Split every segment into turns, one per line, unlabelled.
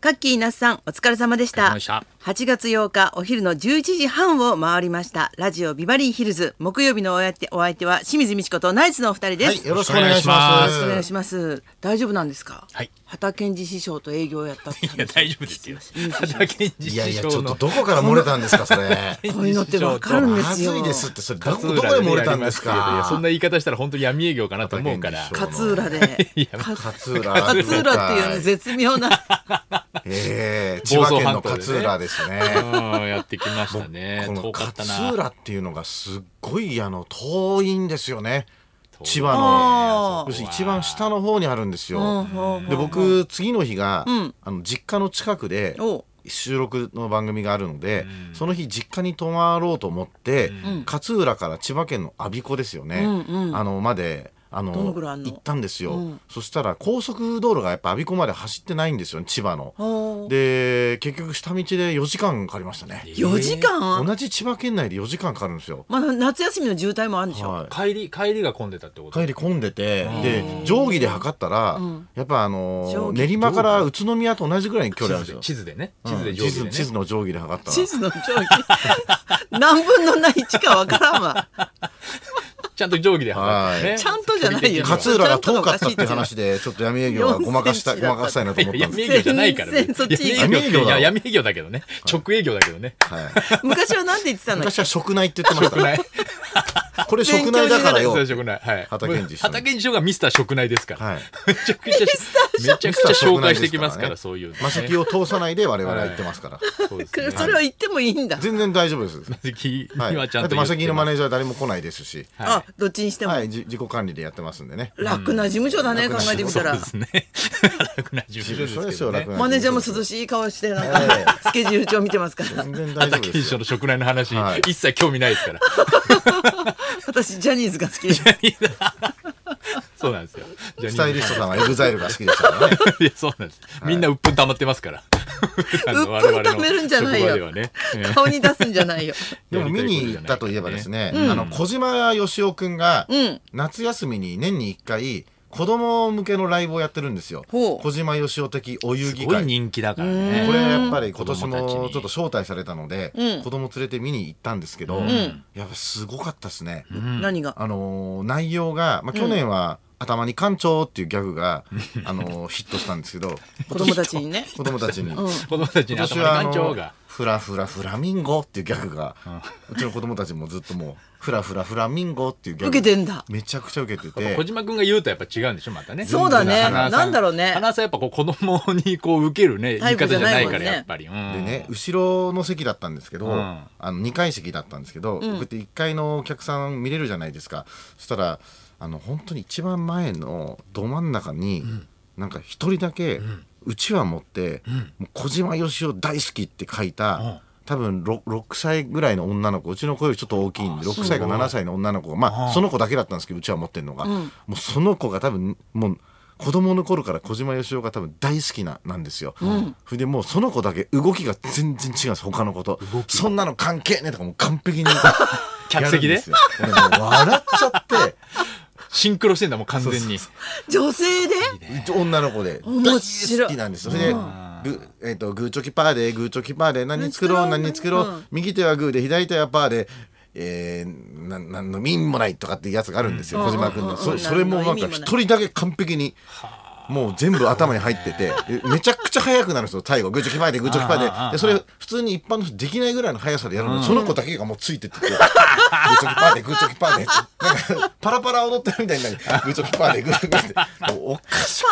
カッキー那須さんお疲れ様でし
お疲れ
た
様でした
8月8日お昼の11時半を回りましたラジオビバリーヒルズ木曜日のお相手お相手は清水美智子とナイツのお二人です、
はい、よろしくお願いします。
お願いします大丈夫なんですか
はい
畑健二師匠と営業をやったって話
いや大丈夫です
い
よ
いですよ
畑健二
いやい
師
や、ち
匠
ょっと
の
どこから漏れたんですか、それ。
こういうのってわかるんで
ますず
よ
いですって、それ、ど
勝
こ
浦
どこで漏れた
やり
んで
ますけどいや
か。
そんな言い方したら本当に闇営業かなと思うから
畑健二師匠
勝浦で
いや
勝浦
勝浦っていうね絶妙な
ええ、千
房
葉
総
県
半島
の
でね
勝浦ですね。
うんやってきました ね
この
遠かったな
勝浦っていうのがすっごいあの遠いんですよね。
遠い
千葉
あ
の
ー
要するに一番下の方にあるんですよ。で僕次の日が、あの実家の近くで
おう
収録の番組があるので、その日実家に泊まろうと思って、勝浦から千葉県の我孫子ですよね、あのまであの
どのぐらいあんの
行ったんですよ、そしたら高速道路がやっぱ我孫子まで走ってないんですよね千葉の。
おう
で結局下道で4時間かかりましたね。
4時間、
同じ千葉県内で4時間かかるんですよ。
まあ、夏休みの渋滞もあるんでしょ、
は
帰り帰りが混んでたってこ
い、
と
帰り混んでてで定規で測ったら、やっぱあ
定
のー
規
練馬から宇都宮と同じぐらいの距
地
離あ
図
るんで
で地図
すよ。
でね
う
地
ん
図で
地
上手
図
で
地図
ね
の定規で測ったら
地図の定規 何分の何一かわからんわ
ちゃんと定規で測って
は
ね
い
ちゃんとじゃないよ
勝浦が遠かったっていう話でちょっと闇営業はごまかした
4
ごまかしたいなと思っ
い
た
や
ん
闇
です
営業じゃないからね
全然そっち
闇営業ってい
闇営業だ
や
ろ
闇営業だけどね直営業だけどね
けど、はい、
昔はなんて言ってたの
昔は食内って言ってまし
食
た
内
これ食内だからよ
そう食内はい
畑健二師匠
畑健二師匠がミスター食内ですから
はい
めちゃくちゃめちゃくちゃ紹介してきますからそういうのね
マセキを通さないで我々は言ってますから、
そうですね
それを言ってもいいんだ、
全然大丈夫です、
マセキ
はい、
にはちゃ
だ
ん
って
と
マ
言
セキ
て
のマ
ます
ネージャー誰も来ないですし、
あどっちにしても、
はい、じ自己管理でやってますんでね
楽な事務所だね、
うん
考えてみた
そう
ら
ですね楽な事
事
務
務
所
所
で
ですす
けど
よ
ね
楽な
マネージャーも
事
涼しい顔してなんか、
え
スケジュール帳見てます から
務所全然大
畑
丈夫
健
で
二師
す
匠
よ
の食内の話
はい
一切興味ないですから
私ジャニーズが好きです
そうなんですよジャニーズ
スタイリストさんはエグザイルが好きでしたからね
いやそうなんですみんな鬱憤溜まってますから
うっぷん溜めるんじゃない
我々の職場で
よ
はねえ え
顔に出すんじゃないよ
でも見に行ったといえばですね、あの小島よしおくんが
ん
夏休みに年に1回子供向けのライブをやってるんですよ
ほう
小島よしお的お遊
す
戯
ごい
会
人気だからね
これやっぱり今年
子供たち
も
に
ちょっと招待されたので、
うん
子供連れて見に行ったんですけど、
ん
やっぱすごかったですね、
何が
あのー内容が、まあ、去年は頭に「館長」っていうギャグが、 あのーヒットしたんですけど
子供たちにね
子供たちに、
子供たち
今
に
年
頭に
はあ
団
の
長が
フラフラフラミンゴっていうギャグが、うちの子供たちもずっともうフラフラフラミンゴっていうギャ
受
グ
けてんだ
めちゃくちゃ受けてて
小島君が言うとやっぱ違うんでしょまたね
そうだね
花輪さ
なんだろうね
花輪さんやっぱこう子供にこう受けるね
タ
言
イ
い
プ
方
じ
じ
ゃ
ゃ
な
ないい
もんね
からやっぱりうん
でね後ろの席だったんですけど、
うん
あの2階席だったんですけど、こうやって1階のお客さん見れるじゃないですかそしたらあの本当に一番前のど真ん中に、なんか一人だけうちわ持って「もう小島よしお大好き」って書いた、
ん
多分 6, 歳ぐらいの女の子うちの子よりちょっと大きいんで6歳か7歳の女の子がまあその子だけだったんですけどうちは持ってるのが、もうその子が多分もう子供の頃から小島よしおが多分大好きななんですよ。それでもうその子だけ動きが全然違うんです他の子とそんなの関係ねえとかもう完 璧に
客席で
やるんすよ俺もう笑っちゃって。
シンクロしてんだもん完全に
女性で
女の子で
面
大
白い
好きなんですよそれでグ,、えー、とグーチョキパーでグーチョキパーで何作ろう何作ろう、
うん
右手はグーで左手はパーで。えー、ななんの意味もないとかっていうやつがあるんですよ、小島君
うん
の
うんうん
そそれもなん
何の意
か
味もな
一
い
人だけ完璧にもう全部頭に入っててえめちゃくちゃ速くなるんですよ最後グーチョキパーでグーチョキパ
あああああ
ー
あ
ででそれ普通に一般の人できないぐらいの速さでやるのに、その子だけがもうついてっててグーチョキパーでグーチョキパーでなんかパラパラ踊ってるみたいになるグーチョキパーでグーチョキパーでもうおかしくて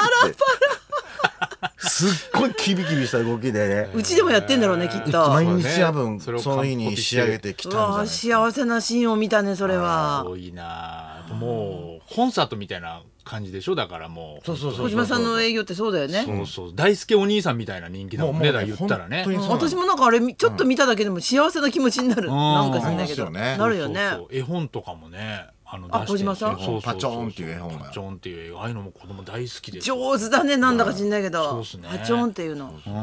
すっごいキビキビした動きでね
うちでもやってんだろうねきっと
毎
ね
日多分
そ
そ
れを
の日に仕上げてきた
うん
じゃな
わ
い
幸せなシーンを見たねそれは
多いなあもうコンサートみたいな感じでしょだからもう
そうそうそう
小島さんの営業ってそうだよ
そ
ね
うそう大輔お兄さんみたいな人気だもんね
も
だ
う
か
も
ら
う
言ったらね
本当に
うん
そう
私もなんかあれみちょっと見ただけでも幸せな気持ちになる
うん
なんか知んないけど
そうですよね
なるよね
そうそう絵本とかもねあの
あ
出してる
小島さん
そうそうそう
パチョンっていう絵本が
パチョンっていう絵ああいうのも子供大好きです
上手だねなんだか知んないけ
そう
ど
っすね
ハチョンっていうの
うん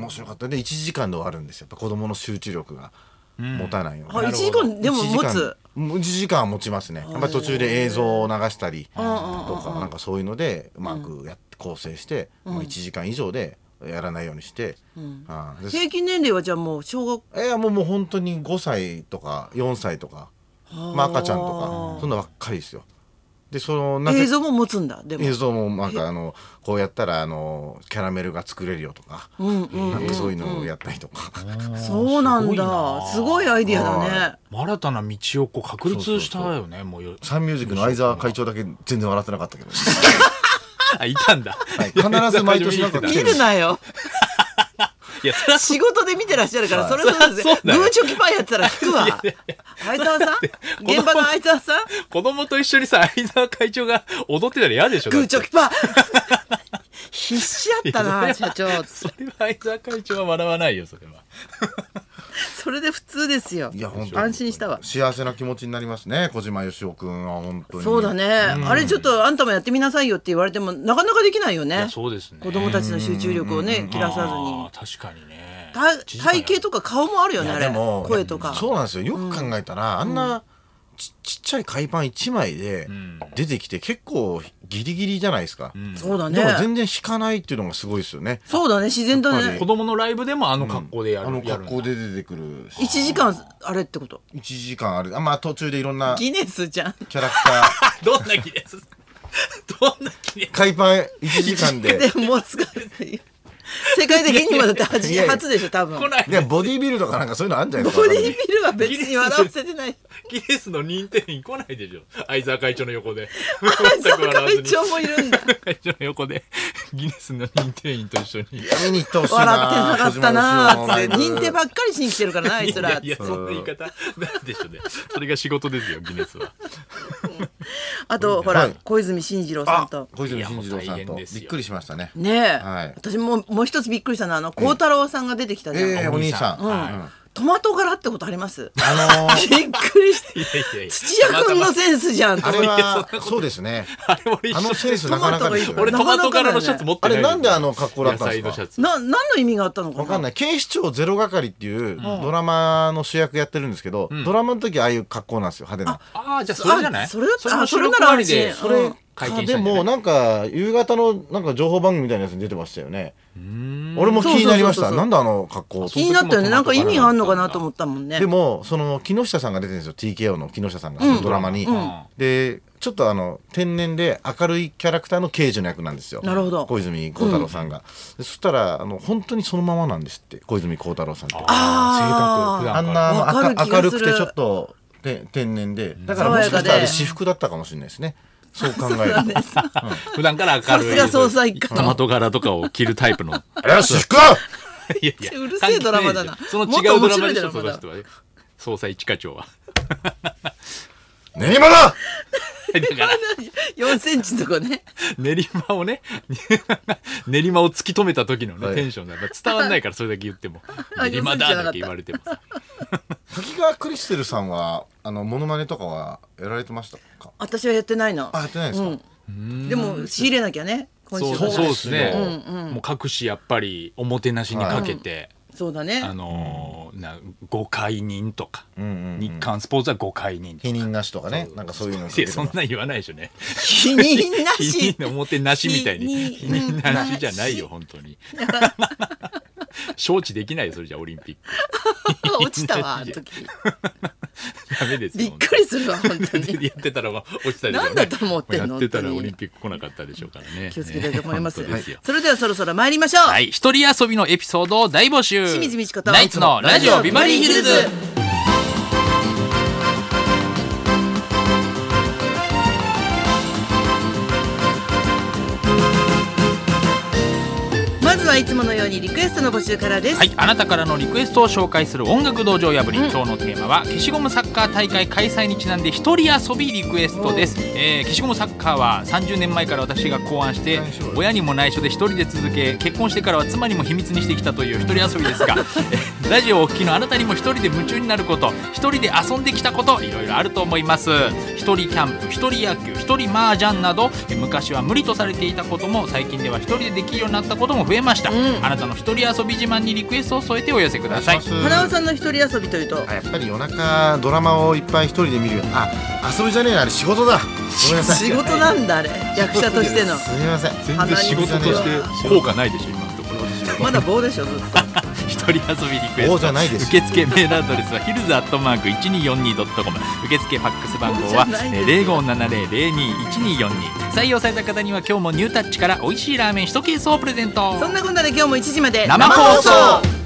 面白かったで1時間で終わるんですよやっぱ子供の集中力が持たないように
あ
なるほど
1時間でも持
1時
つ
間もう1時間は持ちますねやっぱり途中で映像を流したりとかなんかそういうのでうまくやって構成してもう1時間以上でやらないようにして、ああで
平均年齢はじゃあもう小学
いやもうもう本当に5歳とか4歳とか、まあ、赤ちゃんとかそんなばっかりですよでそのなぜ
映像も持つんだでも
映像もなんかあのこうやったらあのキャラメルが作れるよとか、なんかそういうのをやったりとか、
そうなんだす
す
ご
ごいない
アイディアだね
新たな道をこう確立したよねもうよ
サンミュージックの相沢会長だけ全然笑ってなかった けど、
あいたんだ、
い必ず毎年なんか来て
見るなよ
いやそれは
仕事で見てらっしゃるからそれはそうです
そう
よ
そう
グ
だよ
ーチョキパーやってたら引くわ相沢さん
の
現場の相沢さん
子供と一緒にさ相沢会長が踊ってたら嫌でしょ
グーチョ
だっ
キパー 必死やったな社長
てそれは相沢会長は笑わないよそれは
それで普通ですよ
いや本当に
安心したわ
幸せな気持ちになりますね小島よしおくんは本当に
そうだねあれちょっとあんたもやってみなさいよって言われてもなかなかできないよ
い
ね
やそうですね
子供たちの集中力をね切らさずに
あー確かにね
た
一時間や
体型とか顔もあるよ
い
ね
や
あ
で
れ
も
声とか
そうなんですよよく考えたら、あんなちちっちゃい海パン1枚で
ん
出てきて結構ギリギリじゃないですか、
そうだ
でも
ね
全然引かないっていうのがすごいですよね
そうだね自然だ
やっぱ
ね
子供のライブでもあの格好でやる、
あの
やるん
格
だ
好で出てくる
1時間あれってこと
1時間あるあまあ途中でいろんなキ
ギネスじゃん
ャラクター
どんな気です どんな気です
海パン1時間で
でもう使えない世界的にもだって
いや
初
いや
初でしょ多分
来ない
いやボディービルとかなんかそういうのあるんじゃない
ボ
ですか
ディビルは別に笑わせて ない
ギネスの認定員来ないでしょ相沢会長の横 で
会
全く笑わずに
長もいるんだ
会長の横でギネスの認定員と一緒に
いや見に行ってほしいな
笑ってなかったな
小島よしおのラ
ー
イ
っ
ブ
て認定ばっかりしに来てるからなあいつら
いやそんな言い方ないでしょうねそれが仕事ですよギネスは
あとほら
はい
小泉進次郎さん
あ
と
小泉進次郎さ
いや
ん
も
と
う大
び
変ですよ
っくりしましたね
ねえ
はい
私もうもう一つびっくりしたのはあの孝太郎さんが出てきたじゃん
ええお兄さん、
お兄
う
さん
ん
は
トマト柄ってことあります
あ のー
びっくりして
いやいやいや
土屋君のセンスじゃん
あ
と
れ
思って
はそうですね
あれ俺一
あの
緒
センスなかなかですよね
俺トマト柄のシャツ持ってない
あれなんであの格好だったんですか
野菜のシャツ
な何の意味があったのか
わかん
な
ない警視庁ゼロ係っていうドラマの主役やってるんですけど、ドラマの時ああいう格好なんですよ派
ああじゃあそれじゃな
あ
い
それ
も
あそれ
白
な
く
ら
あ
安
り
心
で
手な、
うん
解
そ
禁
れ
したん
で
じゃない
もなんか夕方のなんか情報番組みたいなやつに出てましたよね俺も気になりまし
そうそうそう
た
そう
なんだあの格好
気になったよねなんか意味があんのかなと思ったもんね
でもその木下さんが出てるんですよ TKO の木下さんが、ドラマに、
ん
でちょっとあの天然で明るいキャラクターの刑事の役なんですよ
なるほど
小泉孝太郎さんが、でそしたらあの本当にそのままなんですって小泉孝太郎さんって
あー性格普
あ
わ
段から
んな
かる
あ
気
か
が
明る
する
くてちょっとて天然でだからもしかしたらあれ私服だったかもしれないですねそう考えると
普段から明るい
さすが捜査一課
トマト柄とかを着るタ イプの
あれは私服
いやいや
うるせえドラマだな
その違うドラマでし
も
ょ
っと面白いドラマだ
その人はね捜査一課長は
練馬だ
だから
4センチとかね
練馬をね 練馬を突き止めた時のね、
はい
テンションがやっぱ伝わんないからそれだけ言っても
あ
練馬だだけ言われてもさ
滝川クリステルさんはあのモノマネとかはやられてましたか
私はやってないな
あやってないですか、
でも仕入れなきゃね今
そ
週
う
からそ
そうで
う
すね、
う
もう各紙やっぱりおもてなしにかけて、
だね
あのーな誤解人とか、
んうんうん
日刊スポーツは誤解人と
否
か。
認なしとかねなんかそういうの
いやそんな言わないでしょね。
否認な
否
し
認のおもてなしみたいに。
否
否
認
認
な
な
し
しじゃないよ、本当に。承知できないよ、それじゃオリンピック。
落ちたわあの時
ダメですよ。
びっくりするわ本当
本当に
に
やってたら落ちたでしょうね
なんだと思ってんの
やってたら
本当
オ
に
リンピック来なかったでしょうからね。
気をつけたいと思います
ね本当ですよ
それではそろそろ参りましょう
はい、一人遊びのエピソードを大募集。
清水美智子と
ナイツのラジオビバリーヒルズ。
まずはいつものようにリクエストの募集からです、
はい、あなたからのリクエストを紹介する音楽道場破り、今日のテーマは消しゴムサッカー大会開催にちなんで一人遊びリクエストです、えー消しゴムサッカーは30年前から私が考案して
内緒よ
親にも内緒で一人で続け結婚してからは妻にも秘密にしてきたという一人遊びですがえーラジオをお聞きのあなたにも一人で夢中になること一人で遊んできたこといろいろあると思います一人キャンプ一人野球一人麻雀などえー昔は無理とされていたことも最近では一人でできるようになったことも増えました、あなたの一人遊び自慢にリクエストを添えてお寄せください
花尾
ん
さんの一人遊びというと
あやっぱり夜中ドラマをいっぱい一人で見るよあ遊びじゃねえなあれ仕事だごめんなさい
仕 事なんだあれ役者としての
すみません
全然
仕事として効果ないでしょ今のところ
ってこと
まだ棒でしょずっ と
一人遊びリクエス
棒
ト
じゃないです
受付メールアドレスはヒルズアットマーク 1242.com 受付ファックス番号は
棒じゃない
えー
です
0570021242採用された方には今日もニュータッチから美味しいラーメン一ケースをプレゼント
そんなこんなで今日も1時まで
生放送